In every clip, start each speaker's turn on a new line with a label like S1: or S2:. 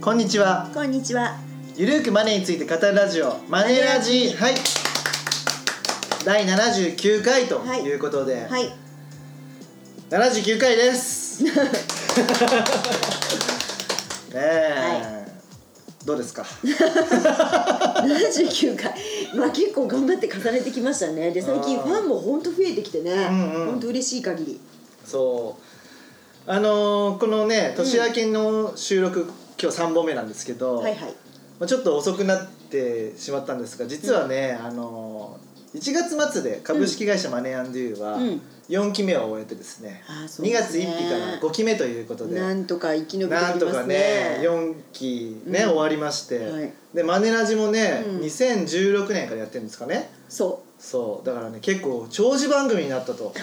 S1: こんにちは
S2: こんにちは。
S1: ゆるーくマネーについて語るラジオマネラジはい第79回と
S2: はい
S1: いうことで、
S2: はい。
S1: 79回ですね え、どうですか
S2: 79回。まあ結構頑張って重ねてきましたね。で最近
S1: あー
S2: ファンも本当増えてきてね。
S1: んうん
S2: 本当嬉しい限り。
S1: そうあのーこのね年明けの収録、今日3本目なんですけど、
S2: はいはい。
S1: まあ、ちょっと遅くなってしまったんですが実はね、あのー1月末で株式会社マネーユーは
S2: うん
S1: 4期目を終えてですね、
S2: あーそう
S1: 2
S2: です
S1: 月1
S2: ね
S1: 日から5期目ということで
S2: なんとか生き延びてき
S1: なんと
S2: ま
S1: か
S2: す
S1: ね
S2: ね。
S1: 4期ね、
S2: うん
S1: 終わりまして、
S2: はい
S1: でマネラジもね、
S2: うん
S1: 2016年からやってるんですかね
S2: そ
S1: そうだからね結構長寿番組になった と
S2: う、ね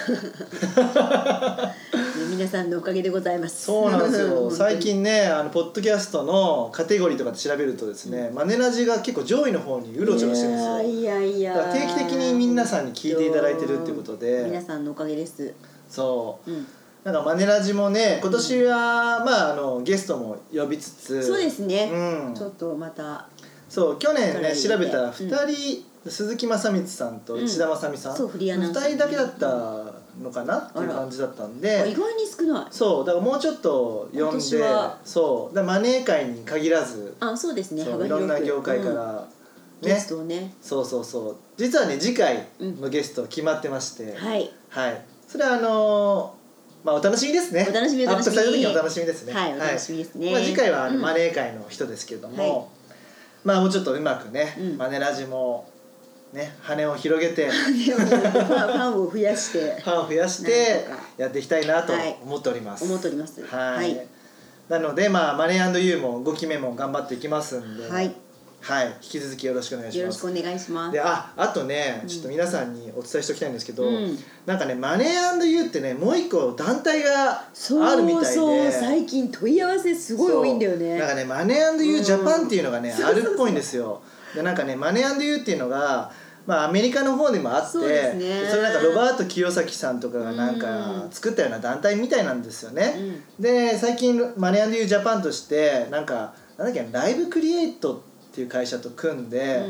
S2: 皆さんのおかげでございます。
S1: そうなんです
S2: 本当
S1: よ
S2: に
S1: 最。近ねあのポッドキャストのカテゴリーとかで調べるとですね、マネラジが結構上位の方にうろちょろしてるんですよ
S2: いやいやい
S1: だか
S2: や。
S1: ら定期的に皆さんに聞いていただいてるっていうことで
S2: 皆さんのおかげです。
S1: そう
S2: うん。
S1: なんかマネラジもね今年は、まああのゲストも呼びつつ
S2: そうですね
S1: うん
S2: ちょっとまた。
S1: そう去年ね
S2: それ
S1: 調
S2: 入
S1: べ
S2: れて
S1: たら2人、鈴木雅光さんと
S2: うん
S1: 内田雅美さん、
S2: そうフリーアナウンサー
S1: 2人だけだったのかなっていう感じだったん
S2: あ意
S1: で
S2: 外に少ない。
S1: そうだからもうちょっと
S2: 今
S1: 呼ん
S2: 年
S1: で
S2: は
S1: そうだからマネー界に限らず、
S2: あ、そうですね。
S1: そ
S2: 幅
S1: ういろ
S2: 広
S1: ん
S2: く。
S1: な業界か
S2: うん
S1: ら、
S2: ゲ
S1: ね
S2: ストをね。
S1: そうそうそう実はね次回のゲスト決まってまして、
S2: はい。
S1: はい、それはあのーまあお楽しみですね。
S2: お楽しみお
S1: アッ
S2: 楽
S1: プ
S2: しみ
S1: される時のお楽しみですね。
S2: はいお楽しみですね
S1: まあ次回はあの、
S2: うん
S1: マネー界の人ですけども、
S2: はい
S1: まあもうちょっとうまくね、
S2: うん
S1: マネラジもね羽を広げて、
S2: でもファンファンを増やして
S1: ファンを増やし
S2: なん
S1: て
S2: とか
S1: やっていきたいなと
S2: はい
S1: 思っております。
S2: 思っております
S1: はい。
S2: はい
S1: なのでまあマネーユーも5期目も頑張っていきますんで、
S2: はい、
S1: はい、引き続きよろし くお願いし
S2: よ
S1: ま
S2: ろ
S1: す
S2: しく。お願いします
S1: でああとねちょっと皆さんにお伝えしておきたいんですけど、
S2: うん
S1: なんかねマネーユーってねもう一個団体があるみたいで
S2: そう最近問い合わせすごい多いんだよ
S1: そう
S2: ね
S1: なんかねマネーユージャパンっていうのがね、
S2: うん
S1: あるっぽいんですよでなんかねマネーユーっていうのがまあ、アメリカの方でもあって
S2: そうですね
S1: それなんかロバート清崎さんとかがなんか
S2: うん
S1: 作ったような団体みたいなんですよね、で最近マネーユージャパンとしてなんかなんだっけライブクリエイトっていう会社と組んで、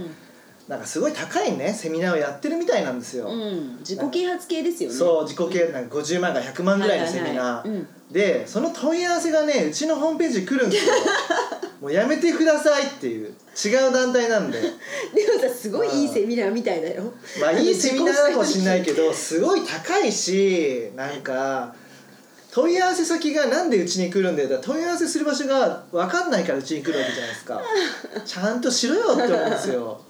S1: なんかすごい高いねセミナーをやってるみたいなんですよ、
S2: うん、うん、自己啓発系ですよね
S1: そう自己啓発なんか50万から100万ぐらいのセミナ
S2: はいはいはい
S1: ーでその問い合わせがねうちのホームページに来るん ですよもうやめてくださいっていう違う団体なんで
S2: でもさすごいいいセミナーみたいだよ
S1: まあいいセミナーなのかもしれないいけどすごい高いしなんか問い合わせ先がなんでうちに来るんだよだから問い合わせする場所が分かんないからうちに来るわけじゃないですかちゃんとしろよって思うんですよ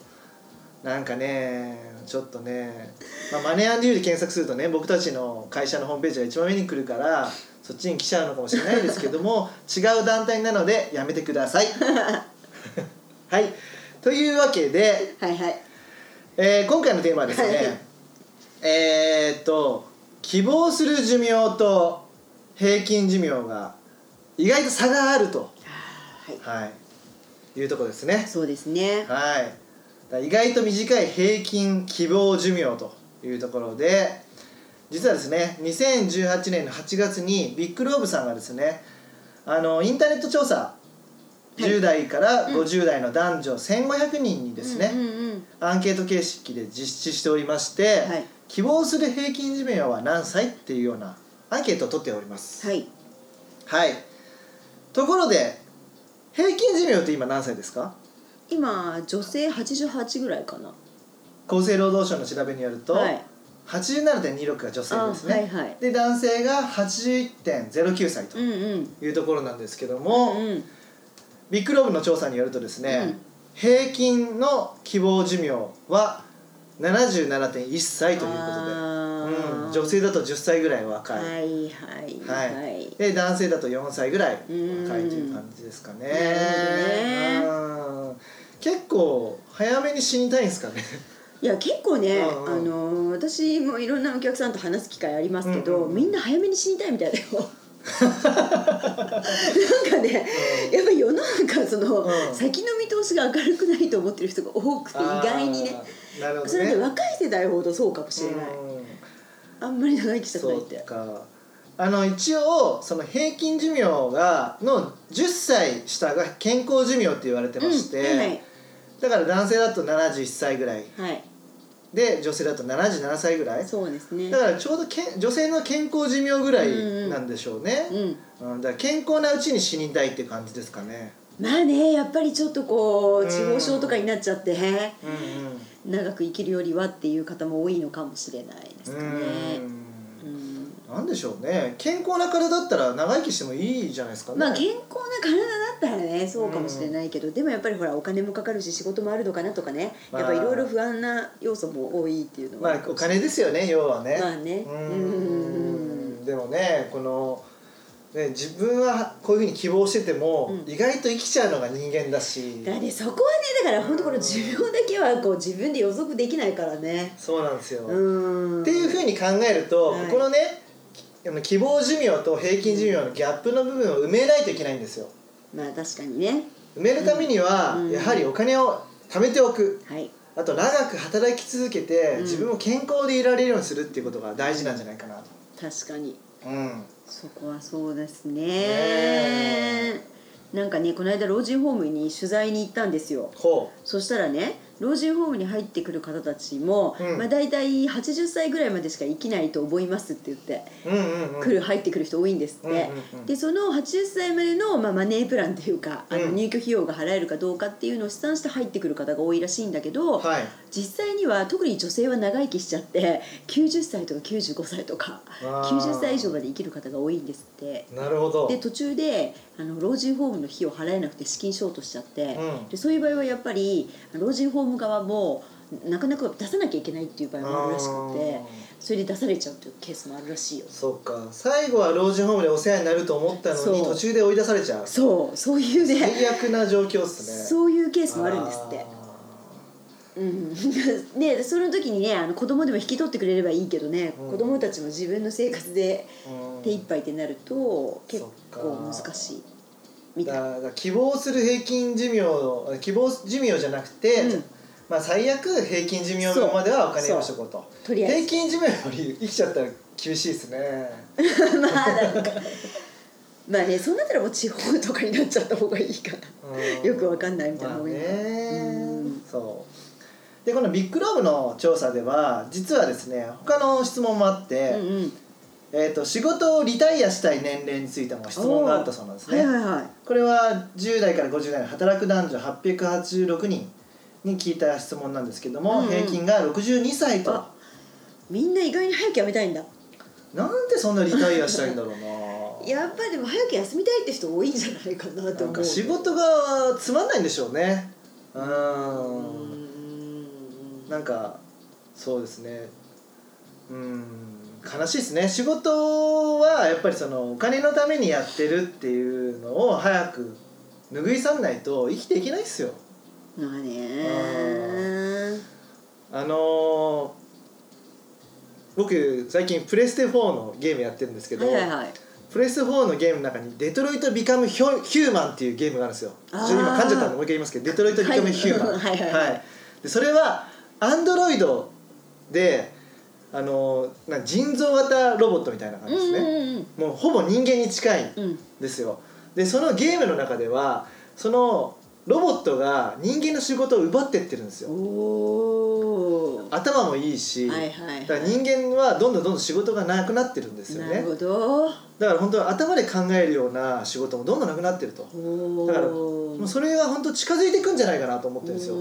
S1: なんかねちょっとね、まあ、マネーユーで検索するとね僕たちの会社のホームページが一番目に来るからそっちに来ちゃうのかもしれないですけども違う団体なのでやめてくださいはいというわけで
S2: はいはい
S1: えー今回のテーマはですね、えーっと希望する寿命と平均寿命が意外と差があると、
S2: はい
S1: はい、いうとこですね
S2: そうです
S1: はい
S2: ね
S1: だから意外と短い平均希望寿命というところで実はですね2018年の8月にビッグローブさんがですねあのインターネット調査10代から50代の男女1500人にですね、
S2: うんうんうん
S1: アンケート形式で実施しておりまして、
S2: はい
S1: 希望する平均寿命は何歳っていうようなアンケートを取っております
S2: はい
S1: はいところで平均寿命って今何歳ですか
S2: 今女性88ぐらいかな
S1: 厚生労働省の調べによると、
S2: はい
S1: 87.26が女性ですね、
S2: あはいはい
S1: で男性が81.09歳と
S2: うんうん
S1: いうところなんですけども、
S2: うん
S1: ビッグローブの調査によるとですね、
S2: うん
S1: 平均の希望寿命は77.1歳ということで
S2: あー
S1: うん、女性だと10歳ぐらい若、
S2: はいいはい
S1: はい
S2: はい
S1: で男性だと4歳ぐらい若いと
S2: うん
S1: いう感じですかね
S2: なる
S1: うん結構早めに死にたいんですかね
S2: いや結構ね、
S1: うんうん
S2: あのー私もいろんなお客さんと話す機会ありますけど、
S1: うんうんうん
S2: みんな早めに死にたいみた いだよ。なんかね、やっぱり世の中その、
S1: うん
S2: 先の見通しが明るくないと思ってる人が多 くて意外にね
S1: あーなるほどね
S2: それで若い世代ほどそうかもしれない、
S1: うん
S2: あんまり長生きしたく
S1: そ
S2: ないっ
S1: う
S2: て
S1: かあの一応その平均寿命がの10歳下が健康寿命って言われてまして、
S2: うんはい
S1: だから男性だと71歳ぐらい
S2: はい、
S1: で女性だと77歳ぐらい
S2: そうですね
S1: だからちょうどけん女性の健康寿命ぐらいなんでしょうね、
S2: うん
S1: うんだから健康なうちに死にたいっていう感じですかね
S2: まあねやっぱりちょっとこ
S1: うん
S2: う地方症とかになっちゃって、
S1: うんうん
S2: 長く生きるよりはっていう方も多いのかもしれないですかね
S1: う
S2: うん
S1: んなんでしょうね健康な体だったら長生きしてもいいじゃないですかね、
S2: まあ健康な体だったらねそうかもしれないけど、でもやっぱりほらお金もかかるし仕事もあるのかなとかねやっぱいろいろ不安な要素も多いっていうの
S1: ま
S2: は
S1: あお金ですよね要はね、
S2: まあね
S1: う
S2: うん
S1: んでもねこのね自分はこういうふうに希望してても、
S2: うん
S1: 意外と生きちゃうのが人間だし
S2: だからねそこはねだから本当この寿命だけはこう自分で予測できないからね
S1: そうなんですよ、
S2: う
S1: っ
S2: ん
S1: ていうふうに考えると、
S2: はい
S1: ここのねきあの希望寿命と平均寿命のギャップの部分を埋めないといけないんですよ
S2: まあ確かにね
S1: 埋めるためには、
S2: うん
S1: やはりお金を貯めておく
S2: はい
S1: あと長く働き続けて、
S2: うん
S1: 自分を健康でいられるようにするっていうことが大事なんじゃないかなと、
S2: 確かに
S1: うん、
S2: そこはそうですね、
S1: え
S2: なんかねこの間老人ホームに取材に行ったんですよ
S1: ほ
S2: そしたらね老人ホームに入ってくる方たちも、
S1: うん
S2: まあ、大体80歳ぐらいまでしか生きないと思いますって言って、
S1: ううんうんうん
S2: 来る入ってくる人多いんですって、
S1: うんうんうん
S2: でその80歳までの、まあ、マネープランというかあの
S1: うん
S2: 入居費用が払えるかどうかっていうのを試算して入ってくる方が多いらしいんだけど、
S1: はい
S2: 実際には特に女性は長生きしちゃって90歳とか95歳とか
S1: あー
S2: 90歳以上まで生きる方が多いんですって
S1: なるほど
S2: で途中であの老人ホームの費用払えなくて資金ショートしちゃって、
S1: うん
S2: でそういう場合はやっぱり老人ホーム側もなかなか出さなきゃいけないっていう場合もあるらしくて
S1: あー
S2: それで出されちゃうというケースもあるらしいよ
S1: そうか最後は老人ホームでお世話になると思ったの
S2: そ
S1: に
S2: う
S1: 途中で追い出されちゃう
S2: そうそういうね
S1: 最悪な状況っすね
S2: そういうケースもあるんですって。うん、 でその時にねあの子供でも引き取ってくれればいいけどね、
S1: うん
S2: 子供たちも自分の生活で
S1: あーうん
S2: 手一杯ってなると結構
S1: そっか
S2: 難しいみたい
S1: だだから希望する平均寿命を希望寿命じゃなくて、
S2: うん
S1: まあ、最悪平均寿命まではお金を用意しとこうと
S2: とりあえ
S1: 平
S2: ず
S1: 均寿命より生きちゃったら厳しいですね
S2: まあなんかまあねそうなったらもう地方とかになっちゃった方がいいか
S1: うん
S2: な よくわかんないみたいな
S1: まあ
S2: 方がいい、う
S1: ね
S2: ん
S1: そうでこのビッグローブの調査では実はですね他の質問もあって、
S2: うんうん
S1: えー、と仕事をリタイアしたい年齢についても質問があったそうなんですね、
S2: はいはいはい
S1: これは10代から50代の働く男女886人に聞いた質問なんですけども、
S2: うんうん
S1: 平均が62歳と
S2: あみんな意外に早く辞めたいんだ
S1: なんでそんなリタイアしたいんだろうな
S2: やっぱりでも早く休みたいって人多いんじゃないかなと
S1: なん
S2: 思
S1: か
S2: う
S1: 仕事がつまんないんでしょうねう
S2: うー
S1: ん
S2: ん
S1: なんかそうですねうん悲しいですね仕事はやっぱりそのお金のためにやってるっていうのを早く拭い去んないと生きていけないですよ
S2: まあね
S1: あのー僕最近プレステ4のゲームやってるんですけど、
S2: はいはいはい
S1: プレステ4のゲームの中に「デトロイト・ビカム・ヒュヒューマン」っていうゲームがあるんですよちょ
S2: あー
S1: っと今噛んじゃったんでもう一回言いますけど「デトロイト・ビカム・ヒューマン」
S2: はいはいはい
S1: でそれはアンドロイドであのーなんか腎臓型ロボットみたいな感じですね、
S2: うん
S1: もうほぼ人間に近いん
S2: うんうん
S1: ですよでそのゲームの中ではそのロボットが人間の仕事を奪ってってるんですよ
S2: うんおお
S1: 頭もいいし、
S2: はいはいはい
S1: だから人間はどんどんどんどん仕事がなくなってるんですよ
S2: な
S1: ね
S2: るほど
S1: だから本当に頭で考えるような仕事もどんどんなくなってると
S2: お
S1: だから
S2: お
S1: もうそれが本当近づいていくんじゃないかなと思ってるんですよ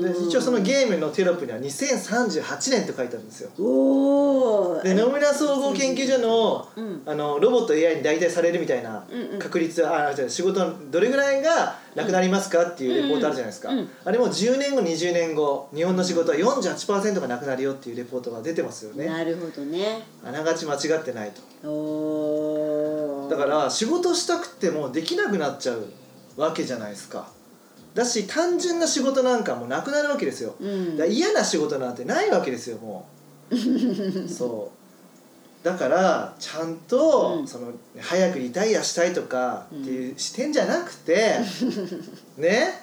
S1: で一応そのゲームのテロップには2038年と書いてあるんですよ
S2: おお
S1: で野村総合研究所の
S2: うん
S1: あのロボット AI に代替されるみたいな
S2: うんうん
S1: 確率はあじゃあ仕事のどれぐらいがなくなりますかっていうレポートあるじゃないですか、
S2: うんうん
S1: あれも10年後20年後日本の仕事は48%がなくなるよっていうレポートが出てますよね
S2: なるほどね
S1: あながち間違ってないと
S2: おお
S1: だから仕事したくてもできなくなっちゃうわけじゃないですかだし単純な仕事なんかもなくなるわけですよ、
S2: うん
S1: だから嫌な仕事なんてないわけですよも うそうだからちゃんと、
S2: うん
S1: その早くリタイアしたいとかっていう視点じゃなく て、ね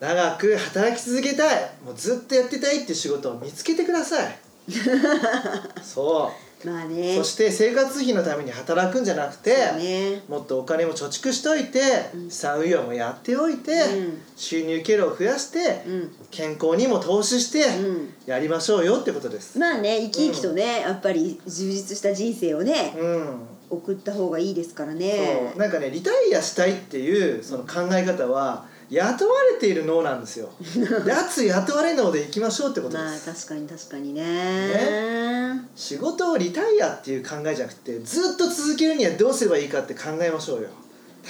S1: 長く働き続け たいもうずっとやってたいっていう仕事を見つけてくださいそう
S2: まあね
S1: そして生活費のために働くんじゃなくて、
S2: そうね
S1: もっとお金も貯蓄しといて、
S2: うん
S1: 資産運用もやっておいて、
S2: うん
S1: 収入経路を増やして、
S2: うん
S1: 健康にも投資して、
S2: うん
S1: やりましょうよってことです。
S2: まあね生き生きとね、やっぱり充実した人生をね、
S1: うん
S2: 送った方がいいですからね
S1: そうなんかねリタイアしたいっていうその考え方は雇われている脳なんですよ。 やつ雇われ脳でいきましょうってことで
S2: まあ
S1: す。
S2: 確かに確かにね
S1: 仕事をリタイアっていう考えじゃなくてずっと続けるにはどうすればいいかって考えましょうよ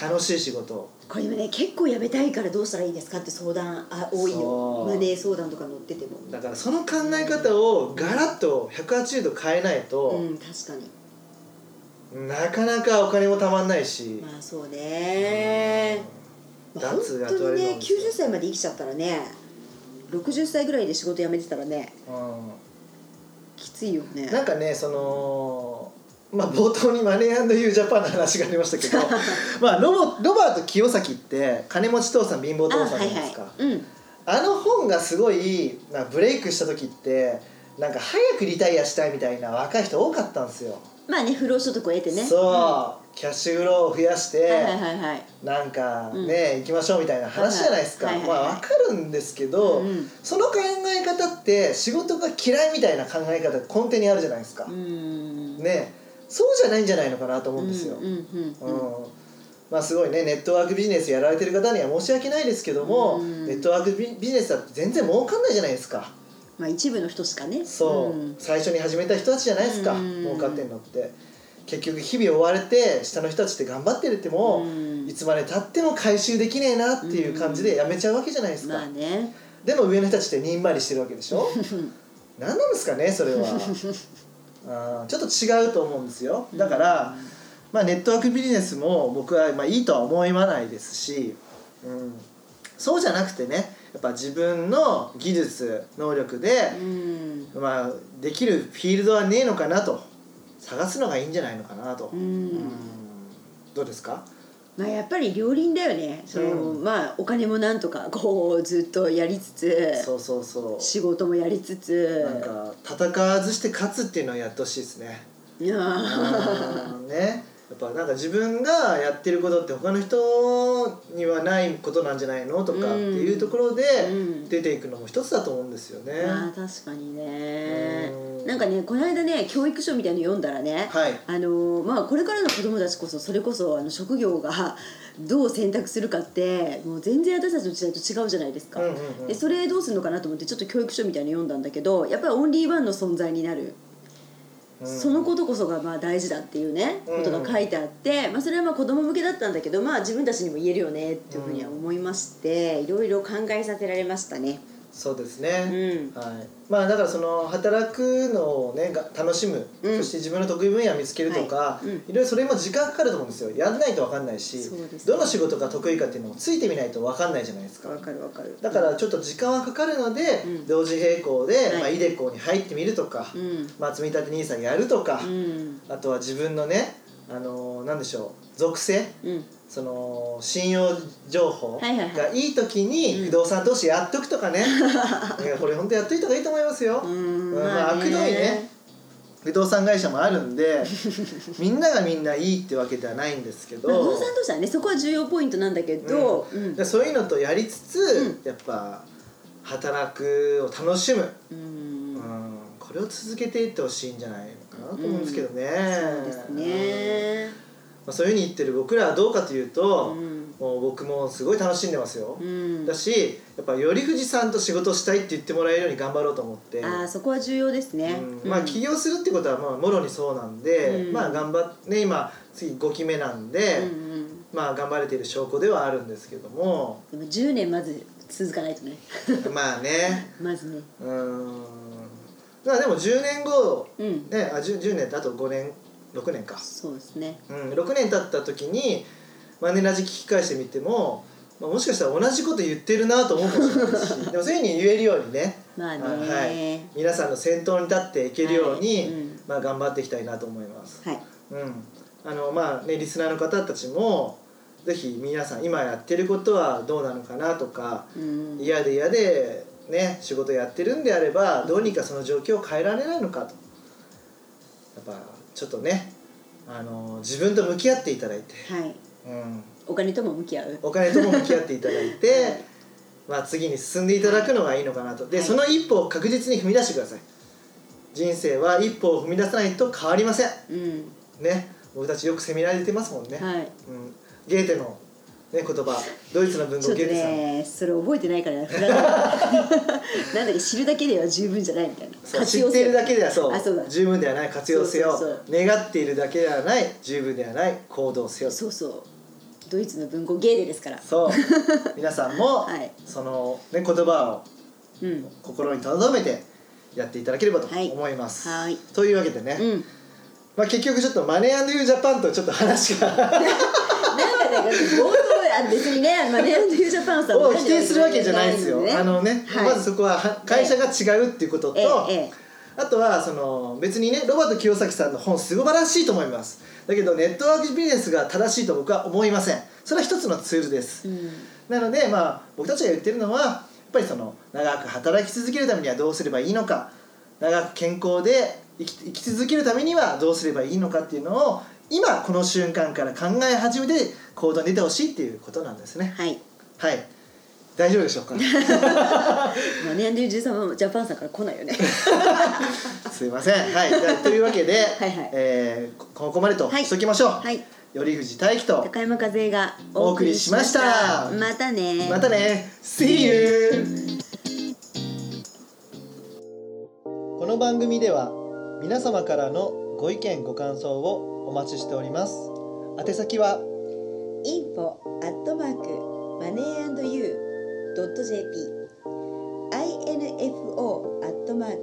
S1: 楽しい仕事を
S2: これでもね結構やめたいからどうしたらいいですかって相談あ多い
S1: そ
S2: よ
S1: う
S2: マネー相談とか載ってても
S1: だからその考え方をガラッと180度変えないと
S2: う、ん確かに
S1: なかなかお金もたまんないし、
S2: まあそうね、まあ、本
S1: 脱
S2: 当にね
S1: のですよ
S2: 90歳まで生きちゃったらね60歳ぐらいで仕事辞めてたらね
S1: うん
S2: きついよね
S1: なんかねそのまあ冒頭にマネーユージャパンの話がありました けどまあロボロバート清崎って金持ち父さん貧乏
S2: あ
S1: 父さんじゃないですかあ,、
S2: はいはいうん
S1: の本がすごい、まあ、ブレイクした時ってなんか早くリタイアしたいみたいな若い人多かったんですよ、
S2: まあね不労所得を得てね
S1: そう、
S2: んは
S1: キャッシュフローを増やして、
S2: いはいはいはい
S1: なんか
S2: うん
S1: ね、行きましょうみたいな話じゃないですか、
S2: はいはいはいはい
S1: まあわかるんですけど、
S2: うんうん
S1: その考え方って仕事が嫌いみたいな考え方根底にあるじゃないですか、
S2: うん
S1: ねそうじゃないんじゃないのかなと思うんですよ、
S2: うんうん
S1: う
S2: うん
S1: ん
S2: うん
S1: まあすごいねネットワークビジネスやられてる方には申し訳ないですけども、
S2: うん
S1: ネットワークビビジネスだって全然儲かんないじゃないですか
S2: まあ一部の人しかね
S1: そう、
S2: ん
S1: 最初に始めた人たちじゃないですか、
S2: うん
S1: 儲かってんのって結局日々追われて下の人たちって頑張ってるっても、
S2: うん
S1: いつまでたっても回収できねえなっていう感じでやめちゃうわけじゃないですか、
S2: まあね
S1: でも上の人たちってにんまりしてるわけでし ょ何なんですかねそれはあーちょっと違うと思うんですよだから、まあ、ネットワークビジネスも僕はまあいいとは思わないですし、うん、そうじゃなくてねやっぱ自分の技術能力で
S2: う、ん
S1: まあ、できるフィールドはねえのかなと探すのがいいんじゃないのかなと、う
S2: う
S1: ん
S2: ん
S1: どうですか
S2: まあやっぱり両輪だよねその、
S1: うん
S2: まあお金もなんとかこうずっとやりつつ
S1: そうそうそ
S2: 仕事もやりつつ
S1: うなんか戦わずして勝つっていうのをやってほしいですね。
S2: いやー
S1: うんねやっぱなんか自分がやってることって他の人にはないことなんじゃないのとかっていうところで
S2: うん
S1: 出ていくのも一つだと思うんですよね。
S2: まあ確かにね
S1: うん
S2: なんかねこの間ね教育書みたいの読んだらね、
S1: はい
S2: あのーまあ、これからの子供たちこそそれこそあの職業が どう選択するかってもう全然私たちの時代と違うじゃないですか、
S1: うんうんうん
S2: でそれどうするのかなと思ってちょっと教育書みたいの読んだんだけどやっぱりオンリーワンの存在になる
S1: うん
S2: そのことこそがまあ大事だっていうね、
S1: うん
S2: ことが書いてあって、まあ、それはまあ子供向けだったんだけど、まあ、自分たちにも言えるよねっていうふうには思いまして、いろいろ考えさせられましたね。
S1: そうです
S2: う
S1: ね、
S2: ん
S1: はい、まあだからその働くのをねが楽しむ、
S2: うん
S1: そして自分の得意分野を見つけるとか、
S2: はい
S1: い
S2: うん
S1: ろいろそれも時間かかると思うんですよやんないと分かんないし、
S2: そうですね
S1: どの仕事が得意かっていうのもついてみないと分かんないじゃないですか
S2: わかるわかる
S1: だからちょっと時間はかかるので、
S2: うん
S1: 同時並行で、
S2: はい
S1: まあ、イデコに入ってみるとか、
S2: うん
S1: まあ、積立 n i s やるとか、
S2: うん
S1: あとは自分のね、あのーなんでしょう属性
S2: うん
S1: その信用情報
S2: はいはいはい
S1: がいい時に不動産投資やっとくとか ね、いやこれ本当やっといた方がいいと思いますよ、
S2: うん
S1: まあ
S2: まあね
S1: 悪どいね不動産会社もあるんで みんながみんないいってわけではないんですけど、
S2: まあ、不動産投資はねそこは重要ポイントなんだけど、う
S1: うん
S2: ん
S1: でそういうのとやりつつ、やっぱ働くを楽しむ、
S2: うん
S1: うんこれを続けていってほしいんじゃないのかなと思うんですけどね、
S2: そうです
S1: うん
S2: ね、
S1: まあ、そういうふうに言ってる僕らはどうかというと、
S2: うん
S1: もう僕もすごい楽しんでますよ
S2: う、ん
S1: だしやっぱより富士さんと仕事したいって言ってもらえるように頑張ろうと思って
S2: ああそこは重要ですね、
S1: うんまあ起業するってことはまあもろにそうなんで、
S2: うん
S1: まあ頑張って、ね、今次5期目なん
S2: う
S1: で、
S2: んうん
S1: まあ頑張れている証拠ではあるんですけども
S2: でも10年まず続かないとね
S1: まあね
S2: まずね
S1: うーんまあでも10年後、
S2: うん
S1: ね、あ 10, 10年ってあと5年6年か、
S2: そうですね
S1: うん、6年経った時にマネラジ聞き返してみても、まあ、もしかしたら同じこと言ってるなと思うかもしれないし でもそういうふうに言えるようにね
S2: まあね
S1: はい、皆さんの先頭に立っていけるように、
S2: はいうん
S1: まあ、頑張っていきたいなと思います。
S2: はい
S1: うん、あのまあねリスナーの方たちもぜひ皆さん今やってることはどうなのかなとか
S2: うん
S1: 嫌で嫌でね仕事やってるんであればどうにかその状況を変えられないのかとやっぱちょっとねあの自分と向き合っていただいて、
S2: はい
S1: うん、
S2: お金とも向き合う
S1: お金とも向き合っていただいて、まあ、次に進んでいただくのがいいのかなとで、
S2: はい
S1: その一歩を確実に踏み出してください人生は一歩を踏み出さないと変わりません
S2: うん
S1: ね僕たちよくセミナーで言ってますもんね、
S2: はい
S1: うん、ゲーテの、ね、言葉ドイツの文
S2: ち
S1: 豪
S2: ょっと
S1: ゲーテさん、
S2: ねそれ覚えてな いからフラダンなんだっけ知るだけでは十分じゃないみたいな
S1: そう知っているだけではそう
S2: あそうだ
S1: 十分ではない活用せよ
S2: そうそう
S1: 願っているだけではない十分ではない行動せよ
S2: そうそうドイツの文豪ゲーデですから
S1: そう皆さんも、
S2: はい
S1: その、ね、言葉を
S2: うん
S1: 心に留めてやっていただければと思います、
S2: はい
S1: というわけでね、
S2: うん
S1: まあ、結局ちょっとマネーユージャパンとちょっと話が
S2: なんかね冒頭あ別にねマネージャージャパンさん
S1: を否定するわけじゃないですよ、
S2: ね
S1: あのね、
S2: はい
S1: まずそこはは会社が違うっていうことと、
S2: ええええ
S1: あとはその別にねロバート清崎さんの本素晴らしいと思いますだけどネットワークビジネスが正しいと僕は思いませんそれは一つのツールです、なのでまあ僕たちが言ってるのはやっぱりその長く働き続けるためにはどうすればいいのか長く健康で生き生き続けるためにはどうすればいいのかっていうのを今この瞬間から考え始めて行動に出てほしいっていうことなんですね
S2: はい
S1: はい大丈夫でしょうか
S2: マネージャージャパンさんから来ない よね
S1: すいませんはいじ ゃあというわけで
S2: はいはい
S1: えーこここまでと
S2: はい
S1: しときましょう、
S2: はい
S1: 頼藤大樹と
S2: 高山和恵が
S1: お送りしました
S2: またね
S1: またね See you この番組では皆様からのご意見ご感想をお待ちしております宛先は
S2: info at mark moneyandyou.jp info at mark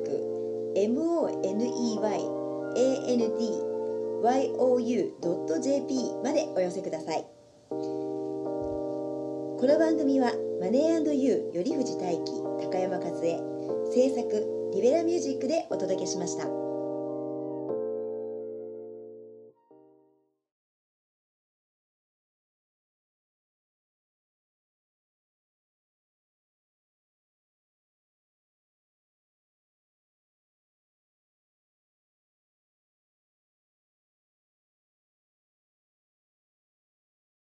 S2: moneyandyou.jp までお寄せくださいこの番組はマネーユー頼藤大輝高山和恵制作リベラミュージックでお届けしました。